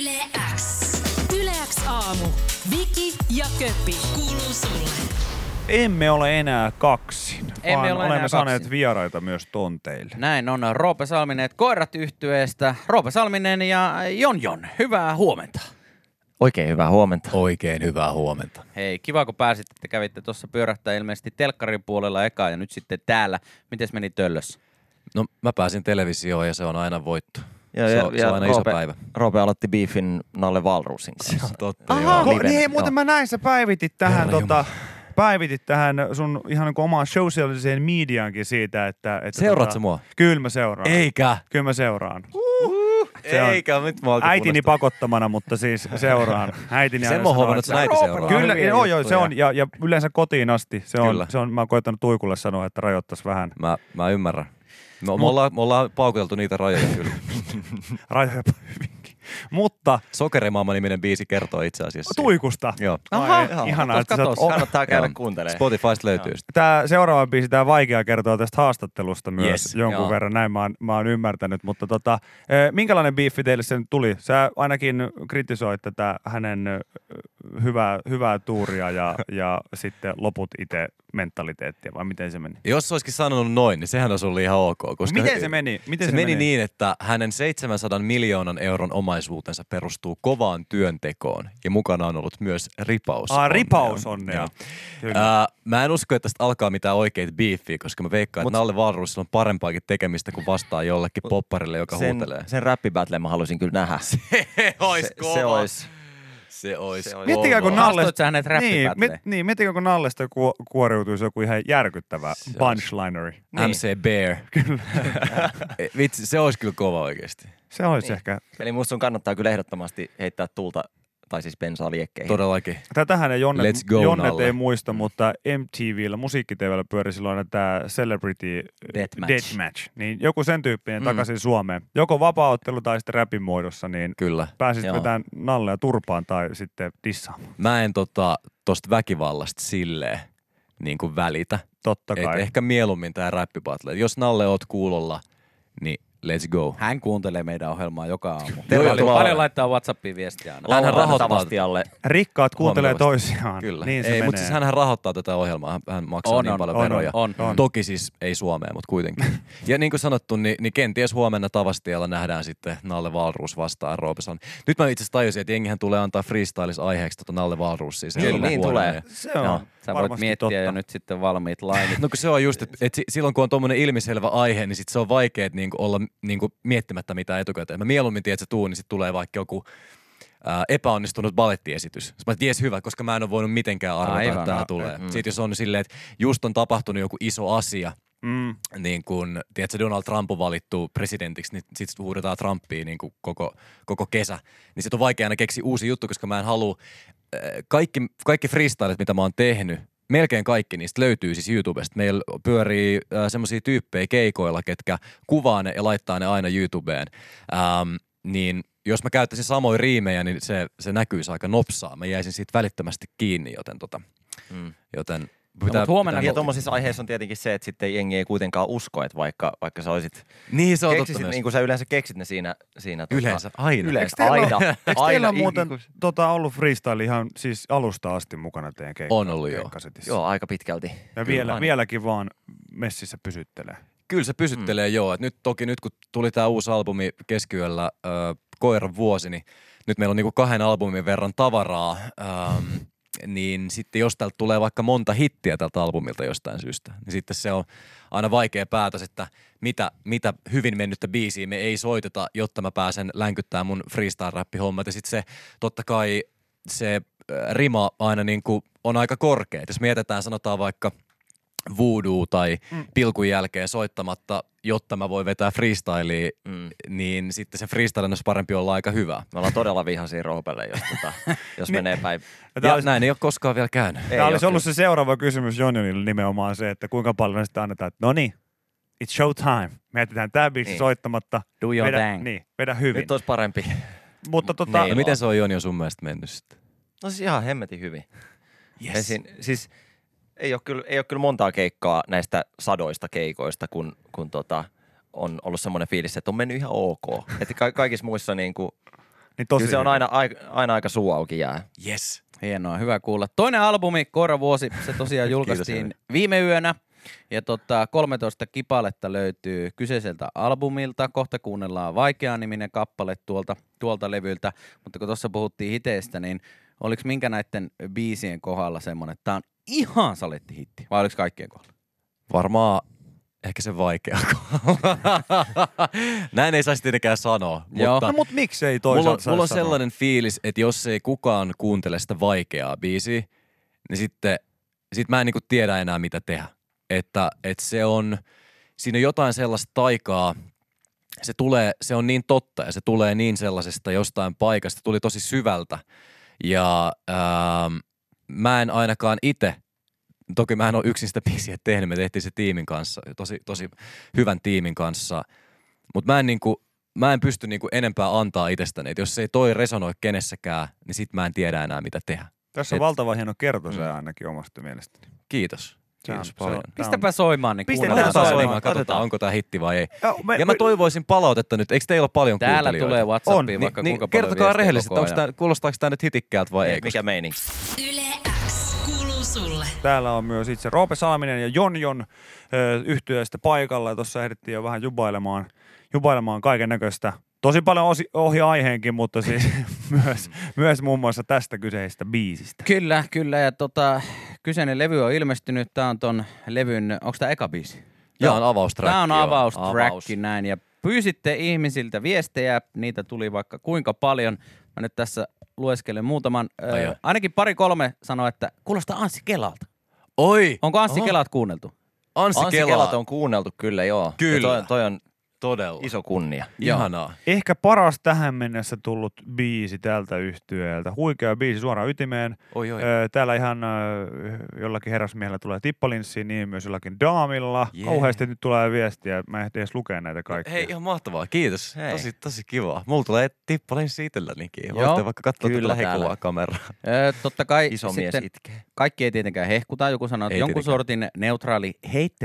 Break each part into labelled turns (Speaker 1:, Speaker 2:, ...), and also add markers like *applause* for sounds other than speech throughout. Speaker 1: Yle X.
Speaker 2: Yleäks aamu. Viki ja Köppi.
Speaker 1: Kuuluu sulle.
Speaker 3: Emme ole enää kaksin,
Speaker 4: Emme
Speaker 3: vaan
Speaker 4: ole enää
Speaker 3: olemme saaneet
Speaker 4: kaksin.
Speaker 3: vieraita myös tonteille.
Speaker 4: Näin on Roope Salminen, koirat yhtyeestä. Roope Salminen ja Jon Jon, hyvää huomenta.
Speaker 5: Oikein hyvää huomenta.
Speaker 6: Oikein hyvää huomenta.
Speaker 4: Hei, kiva kun pääsitte, että kävitte tuossa pyörähtää ilmeisesti telkkarin puolella eka ja nyt sitten täällä. Mites meni töllössä?
Speaker 6: No mä pääsin televisioon ja se on aina voitto.
Speaker 5: Ja,
Speaker 6: se,
Speaker 5: ja,
Speaker 6: on,
Speaker 5: ja
Speaker 6: se on aina
Speaker 5: Roope,
Speaker 6: iso päivä.
Speaker 5: Roope aloitti biifin Nalle Valruusin kanssa.
Speaker 6: Totta, joo.
Speaker 5: Ahaa.
Speaker 3: Ko-
Speaker 5: livenä,
Speaker 3: niin hei,
Speaker 5: joo.
Speaker 3: muuten mä näin, sä päivitit tähän,
Speaker 6: Herra
Speaker 3: tota, päivitit tähän sun ihan niin omaan sosiaaliseen mediaankin siitä, että... että tota,
Speaker 6: Seuraat sä mua?
Speaker 3: Kyllä mä seuraan.
Speaker 6: Eikä.
Speaker 3: Kyllä mä seuraan. Se on
Speaker 5: Eikä, nyt mä
Speaker 3: äitini pakottamana, mutta siis
Speaker 6: *laughs*
Speaker 3: seuraan. Äitini
Speaker 6: Sen
Speaker 3: aina
Speaker 6: mä oon
Speaker 3: sanoo,
Speaker 6: huomannut, että
Speaker 3: että-
Speaker 6: sun äiti seuraa.
Speaker 3: Kyllä,
Speaker 4: hyviä
Speaker 3: joo, joo, se
Speaker 4: juttuja.
Speaker 3: on, ja, ja yleensä kotiin asti. Se on,
Speaker 6: Kyllä. Mm.
Speaker 3: se on, mä oon koettanut Tuikulle sanoa, että rajoittaisi vähän.
Speaker 6: Mä, mä ymmärrän. Me, me, ollaan, me ollaan paukuteltu niitä rajoja *laughs* kyllä.
Speaker 3: Rajoja *laughs* hyvinkin. Mutta
Speaker 6: Sokerimaama-niminen biisi kertoo itse asiassa.
Speaker 3: Tuikusta.
Speaker 6: Joo.
Speaker 3: Aha, ihanaa, että sä oot
Speaker 4: katos.
Speaker 5: Kannattaa käydä
Speaker 6: Joo.
Speaker 5: kuuntelemaan.
Speaker 6: Spotifysta löytyy sitä.
Speaker 3: Tämä seuraava biisi, tämä Vaikea kertoo tästä haastattelusta myös
Speaker 6: Yes,
Speaker 3: jonkun
Speaker 6: joo.
Speaker 3: verran, näin mä oon, mä oon ymmärtänyt, mutta tota, eh, minkälainen biiffi teille sen tuli? Sä ainakin kritisoit tätä hänen eh, hyvää, hyvää tuuria
Speaker 6: *laughs*
Speaker 3: ja, ja sitten loput itse mentaliteettia, vai miten se meni?
Speaker 6: Jos se olisikin sanonut noin, niin sehän olisi ollut ihan ok. Koska
Speaker 3: Miten se meni? Miten
Speaker 6: se, meni niin, että hänen 700 miljoonan euron omaisuutensa perustuu kovaan työntekoon ja mukana on ollut myös ripaus.
Speaker 3: Aa, ripaus onnea.
Speaker 6: Joo.
Speaker 3: Kyllä.
Speaker 6: Ää, mä en usko, että tästä alkaa mitään oikeita biiffiä, koska mä veikkaan, että Nalle Valruusilla on parempaakin tekemistä kuin vastaa jollekin popparille, joka
Speaker 3: *laughs*
Speaker 5: sen,
Speaker 6: huutelee.
Speaker 5: sen räppibattlen mä haluaisin kyllä nähdä. Se,
Speaker 6: Se ois
Speaker 5: se olisi.
Speaker 6: Se ois
Speaker 5: se
Speaker 6: se
Speaker 5: ois
Speaker 3: Miettikää,
Speaker 6: no.
Speaker 3: kun
Speaker 4: Haastoit
Speaker 3: Nallesta,
Speaker 4: sä hänet
Speaker 3: niin,
Speaker 4: räppipätleen?
Speaker 3: mit, niin, miettikää, kun Nallesta ku, kuoriutuisi joku ihan järkyttävä punchlineri.
Speaker 6: Niin. MC Bear. *laughs* Kyllä. Vitsi, se olisi kyllä kova oikeasti.
Speaker 5: Niin.
Speaker 3: Se
Speaker 6: Niin.
Speaker 3: olisi ehkä
Speaker 5: Eli musta sun kannattaa kyllä ehdottomasti heittää tulta, tai siis bensaa liekkeihin.
Speaker 6: Todellakin.
Speaker 3: Tätähän ei Jonne,
Speaker 6: Let's go,
Speaker 3: Jonnet
Speaker 6: Nalle.
Speaker 3: ei muista, mutta MTVllä, musiikkitevällä pyöri silloin tämä Celebrity eh,
Speaker 4: Deathmatch.
Speaker 3: Deathmatch. Niin joku sen tyyppinen mm. takaisin Suomeen. Joko vapaaottelu tai sitten räpin muodossa, niin
Speaker 6: Kyllä.
Speaker 3: pääsit
Speaker 5: Joo.
Speaker 3: vetämään nallea turpaan tai sitten dissaamaan.
Speaker 6: Mä en tota, tosta väkivallasta silleen niin kuin välitä.
Speaker 3: Totta
Speaker 6: Et
Speaker 3: kai.
Speaker 6: ehkä mieluummin tää räppibattle. Jos Nalle oot kuulolla, niin let's go.
Speaker 4: Hän kuuntelee meidän ohjelmaa joka aamu.
Speaker 6: Tervetuloa.
Speaker 4: Paljon laittaa Whatsappiin viestiä aina.
Speaker 6: Hänhän rahoittaa-
Speaker 5: Tavastialle.
Speaker 3: Rikkaat kuuntelee
Speaker 6: Huomattavasti.
Speaker 3: toisiaan.
Speaker 6: Kyllä.
Speaker 3: Niin se
Speaker 6: ei,
Speaker 3: menee.
Speaker 6: mutta siis hänhän rahoittaa tätä ohjelmaa. Hän- Hän maksaa
Speaker 4: On,
Speaker 6: niin
Speaker 4: on,
Speaker 6: paljon
Speaker 3: on,
Speaker 6: veroja.
Speaker 4: on, on.
Speaker 6: Toki siis ei Suomeen, mutta
Speaker 3: *laughs*
Speaker 6: kuitenkin. ja niin kuin sanottu, niin, niin kenties huomenna Tavastialla nähdään sitten Nalle Valruus vastaan Roope Salmi. Nyt mä itse asiassa tajusin, että jengihän tulee antaa freestylis aiheeksi tota Nalle Valruus. Siis
Speaker 5: Niin,
Speaker 6: elokuun
Speaker 5: niin
Speaker 6: huomenna.
Speaker 5: tulee.
Speaker 3: se on
Speaker 5: Joo,
Speaker 4: Sä voit
Speaker 3: varmasti
Speaker 4: miettiä
Speaker 3: totta.
Speaker 4: jo nyt sitten valmiit lainit.
Speaker 6: No kun se on just, että et si- silloin kun on tuommoinen ilmiselvä aihe, niin sit se on vaikea et niinku olla niinku miettimättä mitään etukäteen. Mä mieluummin tiedän, että se tuu, niin sit tulee vaikka joku ää, epäonnistunut balettiesitys. Sitten mä, että jes hyvä, koska mä en ole voinut mitenkään arvata,
Speaker 4: Aivan,
Speaker 6: että tämä
Speaker 4: no,
Speaker 6: tulee. Mm. Sitten jos on silleen, että just on tapahtunut joku iso asia,
Speaker 3: Mm.
Speaker 6: niin kun, tiedätkö, Donald Trump on valittu presidentiksi, niin sitten huudetaan Trumpia niin kun koko, koko kesä. Niin sitten on vaikea aina keksiä uusi juttu, koska mä en halua, äh, kaikki, kaikki freestylet, mitä mä oon tehnyt, melkein kaikki niistä löytyy siis YouTubesta. Meillä pyörii äh, semmoisia tyyppejä keikoilla, ketkä kuvaa ne ja laittaa ne aina YouTubeen. Ähm, niin jos mä käyttäisin samoin riimejä, niin se, se näkyisi aika nopsaa. Mä jäisin siitä välittömästi kiinni, joten tota,
Speaker 5: Mm.
Speaker 6: joten
Speaker 4: No, mut huomenna-
Speaker 5: Ja tuommoisissa aiheissa on tietenkin se, että sitten jengi ei kuitenkaan usko, että vaikka, vaikka sä olisit,
Speaker 6: Niin se on totta
Speaker 4: niinku
Speaker 5: keksisit
Speaker 6: myös.
Speaker 5: niin kuin sä yleensä keksit ne siinä, siinä tota-
Speaker 6: Yleensä, aina.
Speaker 5: Yleensä,
Speaker 3: Eikö teillä
Speaker 5: aina.
Speaker 3: ole- Eikö teillä
Speaker 5: aina.
Speaker 3: ole muuten
Speaker 5: Niin kuin-
Speaker 3: tota, ollut freestyle ihan siis alusta asti mukana teidän keikka-
Speaker 6: On ollut, joo.
Speaker 3: keikkasetissä?
Speaker 5: Joo, aika pitkälti.
Speaker 3: Ja
Speaker 6: Kyllä,
Speaker 3: vielä,
Speaker 6: aina.
Speaker 3: vieläkin vaan messissä pysyttelee.
Speaker 6: Kyllä se pysyttelee mm. joo. Et nyt toki nyt kun tuli tämä uusi albumi keskiyöllä äh, Koiran vuosi, niin nyt meillä on niinku kahden albumin verran tavaraa. Ähm, niin sitten jos täältä tulee vaikka monta hittiä tältä albumilta jostain syystä, niin sitten se on aina vaikea päätös, että mitä, mitä hyvin mennyttä biisiä me ei soiteta, jotta mä pääsen länkyttää mun freestyle-räppihommat. Ja sitten se totta kai se äh, rima aina niinku on aika korkea. Et jos mietitään sanotaan vaikka – voodoo tai mm. pilkun jälkeen soittamatta, jotta mä voin vetää freestyliä, mm. niin sitten se freestyle olisi parempi olla aika hyvä.
Speaker 5: Me ollaan todella vihaisia roopelle, jos, tota,
Speaker 3: *laughs*
Speaker 5: jos menee päin.
Speaker 3: Ja tää
Speaker 6: Ja
Speaker 3: olisi-
Speaker 6: näin ei ole koskaan vielä käynyt.
Speaker 5: Ei
Speaker 3: Tämä olisi
Speaker 5: oo
Speaker 3: ollut se seuraava kysymys Jonjonille nimenomaan se, että kuinka paljon sitä annetaan, että no niin, it's show time. Me jätetään tämä biisi
Speaker 5: Niin.
Speaker 3: soittamatta.
Speaker 4: Do your
Speaker 3: vedä,
Speaker 4: thing.
Speaker 3: Niin, vedä
Speaker 5: kyllä.
Speaker 3: hyvin.
Speaker 5: Nyt olisi parempi.
Speaker 3: Mutta tota,
Speaker 6: No, miten se on Joni on sun mielestä mennyt sitten?
Speaker 5: No siis ihan hemmetin hyvin. Yes. Esin, siis ei ole, kyllä, ei ole kyllä montaa keikkaa näistä sadoista keikoista, kun, kun tota, on ollut semmoinen fiilis, että on mennyt ihan ok. Että ka- kaikissa muissa niin kuin,
Speaker 3: Niin tosi
Speaker 5: Kyllä se on
Speaker 3: hyvä.
Speaker 5: aina, ai- aina aika suu auki jää.
Speaker 6: Yes.
Speaker 4: Hienoa, hyvä kuulla. Toinen albumi, Koiravuosi, se tosiaan julkaistiin
Speaker 6: Henri.
Speaker 4: viime yönä. Ja tota, 13 kipaletta löytyy kyseiseltä albumilta. Kohta kuunnellaan Vaikeaa niminen kappale tuolta, tuolta levyltä. Mutta kun tuossa puhuttiin hiteistä, niin oliko minkä näiden biisien kohdalla semmoinen, että tämä on ihan saletti hitti? Vai oliko kaikkien kohdalla?
Speaker 6: Varmaan ehkä se vaikea *laughs* Näin ei saisi tietenkään sanoa,
Speaker 4: Joo.
Speaker 6: mutta
Speaker 3: No mut miksei
Speaker 6: mulla,
Speaker 3: toisaalta
Speaker 6: on,
Speaker 3: saisi
Speaker 6: mulla on
Speaker 3: sanoa?
Speaker 6: sellainen fiilis, että jos ei kukaan kuuntele sitä vaikeaa biisiä, niin sitten sit mä en niinku tiedä enää mitä tehdä. Että et se on, siinä on jotain sellaista taikaa, se tulee, se on niin totta ja se tulee niin sellaisesta jostain paikasta, tuli tosi syvältä. Ja ähm, mä en ainakaan itse, toki mä en ole yksin sitä biisiä tehnyt, me tehtiin se tiimin kanssa, tosi, tosi hyvän tiimin kanssa. Mutta mä en niinku, mä en pysty niinku enempää antaa itsestäni. Et jos ei toi resonoi kenessäkään, niin sit mä en tiedä enää mitä tehdä.
Speaker 3: Tässä on
Speaker 6: et-
Speaker 3: valtava hieno kertosää
Speaker 6: Mm.
Speaker 3: ainakin omasta mielestäni.
Speaker 6: Kiitos. Kiitos
Speaker 3: Se on-
Speaker 6: paljon.
Speaker 3: se on-
Speaker 4: Pistäpä soimaan, niin
Speaker 3: Pistetään
Speaker 4: kuunnellaan.
Speaker 3: soimaan.
Speaker 6: Otetaan
Speaker 4: toinen.
Speaker 6: soimaan, katsotaan onko tämä hitti vai ei.
Speaker 3: Ja, me,
Speaker 6: Ja mä toivoisin palautetta nyt. Eikö teillä ole paljon
Speaker 4: Täällä
Speaker 6: kuuntelijoita?
Speaker 4: tulee WhatsAppiin
Speaker 3: On,
Speaker 4: vaikka
Speaker 6: Niin,
Speaker 4: kuinka paljon
Speaker 6: kertokaa
Speaker 4: viestejä
Speaker 6: rehellisesti,
Speaker 4: koko
Speaker 6: onko
Speaker 4: ajan.
Speaker 6: tää, kuulostaako tämä nyt hitikkäältä vai ei?
Speaker 5: Mikä meininki?
Speaker 1: Yle X kuuluu sulle.
Speaker 3: Täällä on myös itse Roope Salminen ja Jonjon ö, yhtyeestä paikalla. Ja Tuossa ehdittiin jo vähän jubailemaan, jubailemaan kaiken näköistä. Tosi paljon osi, ohi aiheenkin, mutta siis *laughs* myös, myös muun muassa tästä kyseisestä biisistä.
Speaker 4: Kyllä, kyllä. Ja tota, kyseinen levy on ilmestynyt. Tämä on ton levyn, onko tämä eka biisi?
Speaker 6: Tämä on avaustrack.
Speaker 4: Tämä on
Speaker 6: joo.
Speaker 4: avaustrack näin. Ja pyysitte ihmisiltä viestejä, niitä tuli vaikka kuinka paljon. Mä nyt tässä lueskelen muutaman. ö,
Speaker 6: Ai joo.
Speaker 4: ainakin pari kolme sanoi, että kuulostaa Anssi Kelalta.
Speaker 6: Oi!
Speaker 4: Onko Anssi
Speaker 6: Oho.
Speaker 4: Kelat kuunneltu?
Speaker 6: Anssi,
Speaker 5: Anssi
Speaker 6: Kela.
Speaker 5: Kelat on kuunneltu kyllä, joo.
Speaker 6: Kyllä.
Speaker 5: Ja toi, toi on
Speaker 6: todella.
Speaker 5: iso kunnia.
Speaker 6: Ihanaa.
Speaker 3: Ehkä paras tähän mennessä tullut biisi tältä yhtyeeltä. Huikea biisi suoraan ytimeen.
Speaker 6: Oi, oi.
Speaker 3: Ö, Täällä ihan ö, jollakin herrasmiehellä tulee tippalinssiin, niin myös jollakin daamilla.
Speaker 6: Jee.
Speaker 3: Kauheasti nyt tulee viestiä, mä en ehdi edes lukea näitä kaikkia.
Speaker 6: Hei, ihan mahtavaa. Kiitos.
Speaker 5: Hei.
Speaker 6: Tosi, tosi kiva. Mulla tulee tippalenssi itsellänikin.
Speaker 4: Joo.
Speaker 6: Voitte vaikka katsoa
Speaker 5: Kyllä
Speaker 6: tätä
Speaker 5: täällä.
Speaker 6: lähikuvaa kameraa.
Speaker 4: Ö, totta kai
Speaker 5: Iso mies
Speaker 4: sitten
Speaker 5: itkee.
Speaker 4: kaikki ei tietenkään hehkuta. Joku sanoo, että
Speaker 6: Ei
Speaker 4: jonkun
Speaker 6: tietenkään.
Speaker 4: sortin neutraali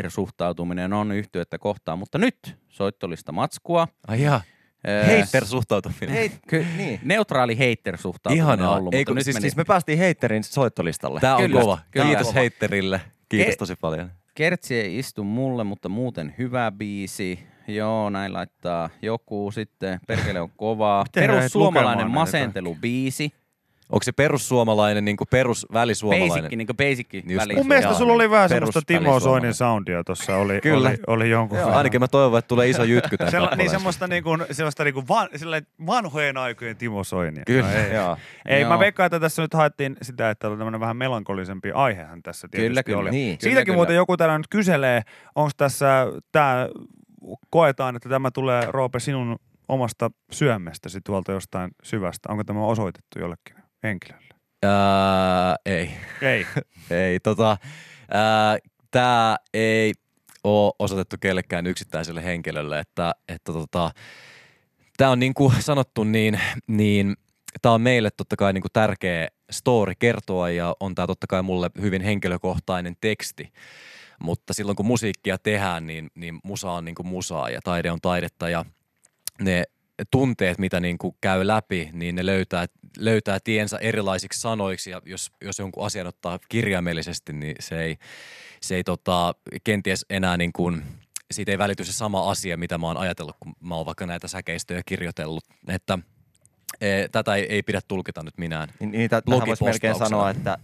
Speaker 4: hater-suhtautuminen on yhtyettä kohtaan. Mutta nyt soittolista matskua.
Speaker 6: Ai jaa.
Speaker 4: Ö,
Speaker 6: Hater suhtautuminen.
Speaker 5: Hei,
Speaker 4: Ky-
Speaker 5: niin.
Speaker 4: Neutraali hater-suhtautuminen
Speaker 6: Ihanaa.
Speaker 4: on ollut,
Speaker 6: Ei,
Speaker 4: mutta
Speaker 6: kun
Speaker 4: nyt
Speaker 6: siis-
Speaker 4: meni
Speaker 5: Siis me päästiin heitterin soittolistalle.
Speaker 6: Tää on
Speaker 4: Kyllä,
Speaker 6: kova.
Speaker 4: kyllä.
Speaker 6: Kiitos
Speaker 4: Kova.
Speaker 6: heitterille. Kiitos
Speaker 4: Ke-
Speaker 6: tosi paljon.
Speaker 4: Kertsi ei istu mulle, mutta muuten hyvä biisi. Joo, näin laittaa joku sitten. Perkele on kovaa.
Speaker 3: Miten lähdet
Speaker 4: Perussuomalainen
Speaker 3: lukemaan näitä
Speaker 4: masentelubiisi.
Speaker 6: Onko se perussuomalainen, niin kuin perusvälisuomalainen?
Speaker 4: Basicki, niin kuin basicki
Speaker 6: Just
Speaker 4: väliin.
Speaker 3: Mun mielestä
Speaker 6: Jaa,
Speaker 3: sulla oli
Speaker 6: niin.
Speaker 3: vähän semmoista
Speaker 6: Perus-
Speaker 3: Timo Soinin
Speaker 6: välisuomalainen.
Speaker 3: soundia tuossa oli,
Speaker 6: Kyllä.
Speaker 3: oli, oli jonkun
Speaker 6: Joo,
Speaker 3: verran.
Speaker 6: ainakin mä toivon, että tulee iso jytky tämän
Speaker 3: Sella, niin
Speaker 6: kappaleen.
Speaker 3: semmoista, niinku, semmoista niinku van, silleen vanhojen aikojen Timo Soinia.
Speaker 6: Kyllä.
Speaker 3: No, ei.
Speaker 5: Joo.
Speaker 3: ei
Speaker 4: Joo.
Speaker 3: mä veikkaan, että tässä nyt haettiin sitä, että oli tämmöinen vähän melankolisempi aihehan tässä tietysti
Speaker 4: Kyllä, kyllä.
Speaker 3: oli.
Speaker 4: Niin.
Speaker 3: Siitäkin
Speaker 4: Kyllä, kyllä.
Speaker 3: muuten joku täällä nyt kyselee, onko tässä tämä, koetaan, että tämä tulee Roope sinun omasta syömestäsi tuolta jostain syvästä. Onko tämä osoitettu jollekin henkilölle?
Speaker 6: Ää, ei.
Speaker 3: Ei.
Speaker 6: Ei, tota, ää, tää ei ole osoitettu kellekään yksittäiselle henkilölle, että, että tota, tämä on niin kuin sanottu, niin, niin tämä on meille totta kai niin kuin tärkeä story kertoa ja on tämä totta kai mulle hyvin henkilökohtainen teksti. Mutta silloin kun musiikkia tehdään, niin, niin musa on niin kuin musaa ja taide on taidetta ja ne tunteet, mitä niin kuin käy läpi, niin ne löytää, löytää tiensä erilaisiksi sanoiksi ja jos, jos jonkun asian ottaa kirjaimellisesti, niin se ei, se ei tota, kenties enää niin kuin, siitä ei välity se sama asia, mitä mä oon ajatellut, kun mä oon vaikka näitä säkeistöjä kirjoitellut, että e, tätä ei, ei pidä tulkita nyt minään.
Speaker 5: Niin, niin tä- tähän voisi melkein
Speaker 6: Blogipostauksena.
Speaker 5: sanoa, että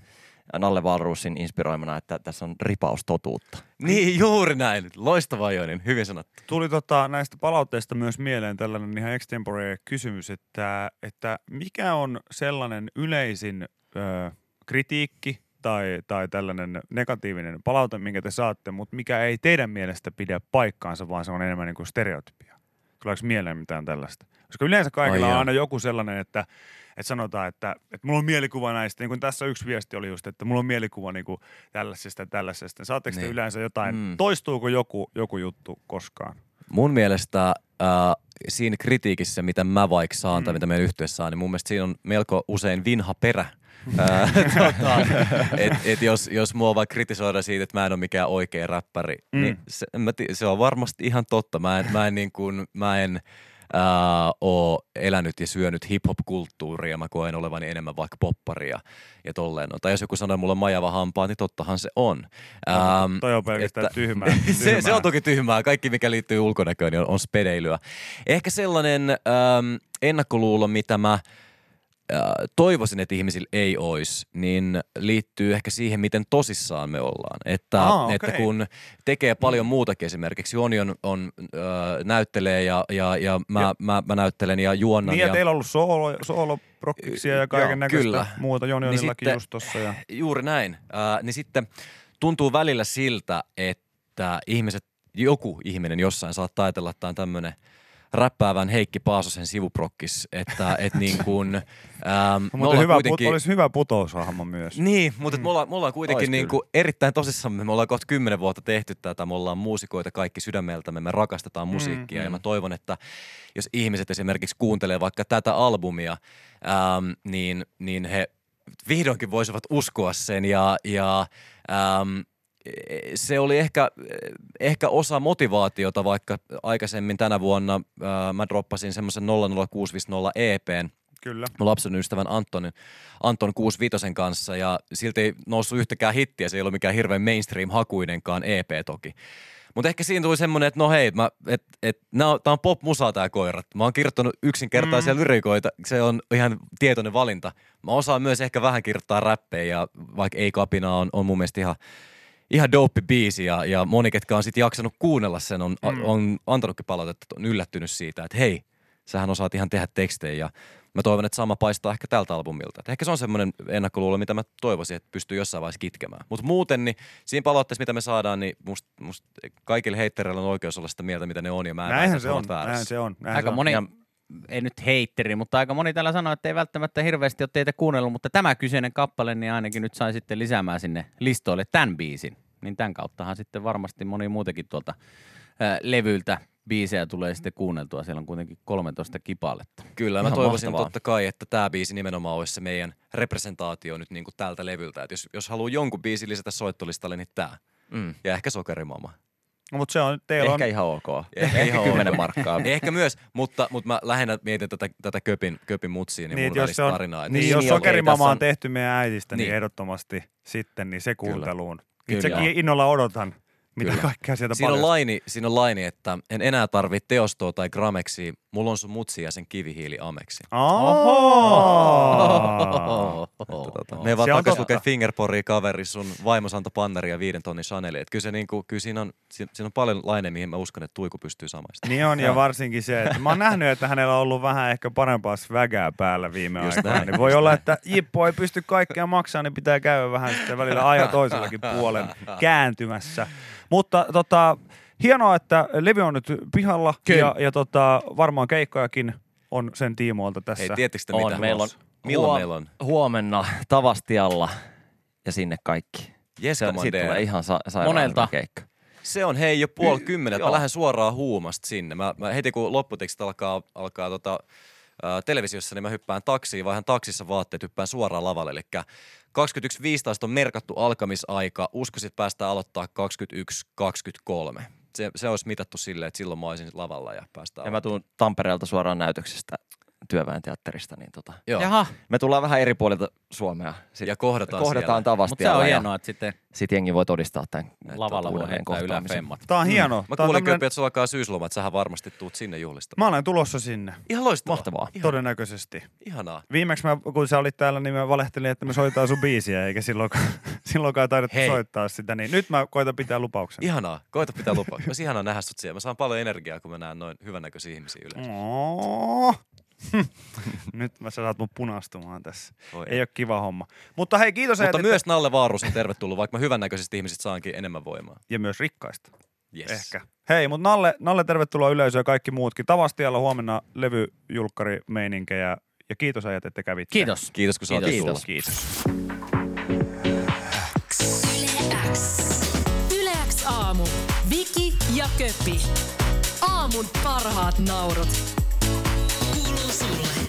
Speaker 5: Nalle Valruusin inspiroimana, että tässä on ripaus totuutta.
Speaker 6: Niin, juuri näin. Loistavaa, Joinen. Hyvin sanottu.
Speaker 3: Tuli tota, näistä palautteista myös mieleen tällainen ihan extempore kysymys, että, että mikä on sellainen yleisin ö, kritiikki tai, tai tällainen negatiivinen palaute, minkä te saatte, mutta mikä ei teidän mielestä pidä paikkaansa, vaan se on enemmän niin kuin stereotypia. Tuleeko mieleen mitään tällaista? Koska yleensä kaikilla on
Speaker 6: Ai jaa.
Speaker 3: aina No joku sellainen, että, että sanotaan, että, että mulla on mielikuva näistä. Niin kuin tässä yksi viesti oli just, että mulla on mielikuva niin kuin tällaisesta ja tällaisesta. Saatteko niin. te
Speaker 6: Niin.
Speaker 3: yleensä jotain, mm.
Speaker 5: Mm.
Speaker 3: toistuuko joku, joku juttu koskaan?
Speaker 6: Mun mielestä äh, siinä kritiikissä, mitä mä vaikka saan tai
Speaker 3: Mm.
Speaker 6: mitä meidän yhteydessä saa, niin mun mielestä siinä on melko usein vinha
Speaker 3: *laughs*
Speaker 6: perä. Äh, tota, et, et jos, jos mua vaan kritisoida siitä, että mä en ole mikään oikea räppäri,
Speaker 3: Mm.
Speaker 6: niin se, en mä, ti- se on varmasti ihan totta. Mä en, mä en, niin kuin, mä en äh, ole elänyt ja syönyt hip-hop-kulttuuria, mä koen olevani enemmän vaikka popparia ja tolleen. No, tai jos joku sanoo, että mulla on majava hampaa, niin tottahan se on. Ähm,
Speaker 3: Toi on pelkästään tyhmää.
Speaker 6: *laughs* se, se
Speaker 3: tyhmää.
Speaker 6: on toki tyhmää. Kaikki, mikä liittyy ulkonäköön, niin on, on spedeilyä. Ehkä sellainen ähm, ennakkoluulo, mitä mä äh, toivoisin, että ihmisillä ei olisi, niin liittyy ehkä siihen, miten tosissaan me ollaan. Että,
Speaker 3: Aa, okei.
Speaker 6: että kun tekee paljon muutakin esimerkiksi, Joni on, on äh, näyttelee ja, ja, ja, mä,
Speaker 3: Ja-
Speaker 6: Mä, mä näyttelen ja juonnan.
Speaker 3: Niin, ja
Speaker 6: ja
Speaker 3: teillä on ollut soolo, sooloprokkiksia ja kaiken
Speaker 6: kyllä.
Speaker 3: näköistä muuta. Joni on
Speaker 6: Niin
Speaker 3: niin
Speaker 6: sitten-
Speaker 3: just tossa. Ja...
Speaker 6: Juuri näin. Äh, niin sitten tuntuu välillä siltä, että ihmiset, joku ihminen jossain saattaa ajatella, että tämä on tämmöinen räppäävän Heikki Paasosen sivuprokkis, että
Speaker 3: *laughs*
Speaker 6: et niin kuin, ähm, me
Speaker 3: Mutta
Speaker 6: ollaan
Speaker 3: hyvä,
Speaker 6: kuitenkin...
Speaker 3: kuitenkin... olisi hyvä putoushahmo myös.
Speaker 6: Niin, mutta mm. me, ollaan, me ollaan
Speaker 5: Ois
Speaker 6: kuitenkin niin kuin erittäin tosissamme. Me ollaan kohta kymmenen vuotta tehty tätä. Me ollaan muusikoita kaikki sydämeltämme. Me rakastetaan musiikkia. Mm, ja mä toivon, että jos ihmiset esimerkiksi kuuntelee vaikka tätä albumia, äm, niin, niin he vihdoinkin voisivat uskoa sen. Ja, ja äm, e- se oli ehkä, ehkä osa motivaatiota, vaikka aikaisemmin tänä vuonna ää, mä droppasin semmoisen 00650 EPn,
Speaker 3: Kyllä.
Speaker 6: mun lapsen ystävän Antonin, Anton 65 kanssa ja silti ei noussut yhtäkään hittiä. Se ei ollut mikään hirveän mainstream-hakuinenkaan EP toki. Mutta ehkä siinä tuli semmoinen, että no hei, mä, et, et, nää on, tää on pop-musaa tää koirat. Mä oon kirjoittanut yksinkertaisia mm. lyrikoita, se on ihan tietoinen valinta. Mä osaan myös ehkä vähän kirjoittaa räppejä ja vaikka Ei kapina on, on mun mielestä ihan, ihan dope biisi ja, ja moni, ketkä on sitten jaksanut kuunnella sen, on, mm. on antanutkin palautetta, että on yllättynyt siitä, että hei, sähän osaat ihan tehdä tekstejä ja mä toivon, että sama paistaa ehkä tältä albumilta. Et ehkä se on semmoinen ennakkoluulo, mitä mä toivoisin, että pystyy jossain vaiheessa kitkemään. Mutta muuten, niin siinä palautteessa, mitä me saadaan, niin must, must kaikilla heittereillä on oikeus olla sitä mieltä, mitä ne on ja mä en väitä,
Speaker 3: Näinhän se
Speaker 6: että
Speaker 3: on.
Speaker 6: he ovat väärässä.
Speaker 3: Näinhän se on. Näinhän se
Speaker 4: Aika
Speaker 3: on.
Speaker 4: moni, ei nyt heitteri, mutta aika moni täällä sanoi, että ei välttämättä hirveästi ole teitä kuunnellut, mutta tämä kyseinen kappale niin ainakin nyt sai sitten lisäämään sinne listoille tämän biisin. Niin tämän kauttahan sitten varmasti moni muutakin tuolta äh, levyltä biisejä tulee sitten kuunneltua. Siellä on kuitenkin 13 kipaletta.
Speaker 6: Kyllä, mä
Speaker 4: Ihan
Speaker 6: toivoisin
Speaker 4: mahtavaa.
Speaker 6: totta kai, että tämä biisi nimenomaan olisi se meidän representaatio nyt niin kuin tältä levyltä. Et jos, jos haluaa jonkun biisin lisätä soittolistalle, niin tämä.
Speaker 5: Mm.
Speaker 6: Ja ehkä sokerimama.
Speaker 3: No, mutta se on, teillä
Speaker 5: Ehkä
Speaker 3: on,
Speaker 5: ihan ok.
Speaker 6: Ehkä
Speaker 5: Ehkä
Speaker 6: Eh, ihan
Speaker 5: kymmenen
Speaker 6: ok.
Speaker 5: markkaa.
Speaker 6: *laughs* Ehkä myös, mutta, mutta mä lähinnä mietin tätä, tätä köpin, köpin mutsia,
Speaker 3: niin,
Speaker 6: niin, niin
Speaker 3: että
Speaker 6: mun
Speaker 3: jos, se
Speaker 6: välistä
Speaker 3: on,
Speaker 6: tarinaa.
Speaker 3: niin,
Speaker 6: Et
Speaker 3: niin,
Speaker 5: Niin,
Speaker 3: jos
Speaker 5: niin, ei,
Speaker 3: sokerimama
Speaker 5: tässä
Speaker 3: on
Speaker 5: on-
Speaker 3: tehty meidän äidistä, niin,
Speaker 6: Niin.
Speaker 3: ehdottomasti sitten, niin se kuunteluun.
Speaker 6: Kyllä.
Speaker 3: Itsekin innolla odotan, mitä
Speaker 6: Kyllä.
Speaker 3: kaikkea sieltä
Speaker 6: Siinä on,
Speaker 3: paljastuu.
Speaker 6: laini, siinä on laini, että en enää tarvitse teostoa tai grameksia, mulla on sun mutsi ja sen kivihiili ameksi.
Speaker 3: Oho!
Speaker 6: Että tota, Me vaan
Speaker 3: Se on
Speaker 6: takas
Speaker 3: totta.
Speaker 6: lukee fingerpori kaveri, sun vaimos antoi panneria viiden tonnin Chaneli. Et kyllä, se niinku, kyllä siinä, on, siinä, siinä on paljon laineja, mihin mä uskon, että Tuiku pystyy samaistamaan.
Speaker 3: Niin on, ja varsinkin se, että mä oon nähnyt, että hänellä on ollut vähän ehkä parempaa svägää päällä viime
Speaker 6: Just
Speaker 3: aikoina.
Speaker 6: näin,
Speaker 3: Niin voi olla, että Jippo ei pysty kaikkea maksaa, niin pitää käydä vähän sitten välillä aja toisellakin puolen kääntymässä. Mutta tota, hienoa, että levy on nyt pihalla ja, ja tota, varmaan keikkojakin on sen tiimoilta tässä.
Speaker 6: Hei, tiettikö te mitä?
Speaker 5: On, meillä on,
Speaker 6: Milloin meillä on?
Speaker 5: Huomenna Tavastialla ja sinne kaikki.
Speaker 6: Jeska
Speaker 5: Se, siitä
Speaker 6: Mandela.
Speaker 5: tulee ihan sa- sairaan
Speaker 4: Monelta.
Speaker 5: hyvä keikka.
Speaker 6: Se on hei jo puoli kymmeneltä. Mä
Speaker 5: joo.
Speaker 6: lähden suoraan huumasta sinne. Mä, mä heti kun lopputekstit alkaa, alkaa tota, ää, televisiossa, niin mä hyppään taksiin, vaihan taksissa vaatteet, hyppään suoraan lavalle. Eli 21.15 on merkattu alkamisaika. Uskoisin, että päästään aloittaa 21.23. Se, se olisi mitattu silleen, että silloin mä olisin lavalla ja päästään
Speaker 5: Ja mä tuun Tampereelta suoraan näytöksestä työväen teatterista, niin tota.
Speaker 6: Joo.
Speaker 4: Jaha,
Speaker 5: Me tullaan vähän eri puolilta Suomea. Sit
Speaker 6: Ja kohdataan
Speaker 5: kohdataan
Speaker 4: mutta
Speaker 6: siellä.
Speaker 4: se on
Speaker 5: Tavastialla.
Speaker 4: hienoa, että sitten
Speaker 5: Sitten jengi voi todistaa tämän
Speaker 4: lavalla voi heittää yläfemmat.
Speaker 3: Tämä on hienoa.
Speaker 6: Mm. Mä
Speaker 3: Tää on
Speaker 6: kuulin
Speaker 3: tämmönen-
Speaker 6: Köpi, että sulla alkaa syysloma, että sähän varmasti tuut sinne juhlistamaan.
Speaker 3: Mä olen tulossa sinne,
Speaker 6: Ihan loistavaa.
Speaker 5: Mahtavaa.
Speaker 3: todennäköisesti.
Speaker 6: Ihanaa.
Speaker 3: Viimeksi mä, kun sä olit täällä, niin mä valehtelin, että me soitetaan sun biisiä, eikä silloinkaan, *laughs* silloinkaan taidettu
Speaker 6: Hei.
Speaker 3: soittaa sitä. Niin nyt mä koitan pitää lupauksen.
Speaker 6: Ihanaa. Koita pitää lupaa. Olisi ihanaa nähdä sut siellä. Mä saan paljon energiaa, kun mä näen noin hyvännäköisiä ihmisiä yleensä.
Speaker 3: Mm. Oh. *laughs* Nyt mä sä saat mun punastumaan tässä.
Speaker 6: Voi
Speaker 3: Ei ole kiva homma. Mutta hei, kiitos.
Speaker 6: Mutta
Speaker 3: äiti-
Speaker 6: myös Nalle Vaarus on tervetullut, vaikka mä hyvännäköisistä ihmisistä saankin enemmän voimaa.
Speaker 3: Ja myös rikkaista.
Speaker 6: Yes.
Speaker 3: Ehkä. Hei, mutta Nalle, Nalle tervetuloa yleisöön ja kaikki muutkin. Tavastialla huomenna levyjulkkari meininkejä. Ja kiitos ajat, että kävitte.
Speaker 4: Kiitos.
Speaker 6: Kiitos, kun saatiin
Speaker 4: Kiitos.
Speaker 6: tulla.
Speaker 3: Kiitos.
Speaker 1: Yle X.
Speaker 2: Yleäks aamu. Viki ja Köppi. Aamun parhaat naurut.
Speaker 1: Kuuluu sulle.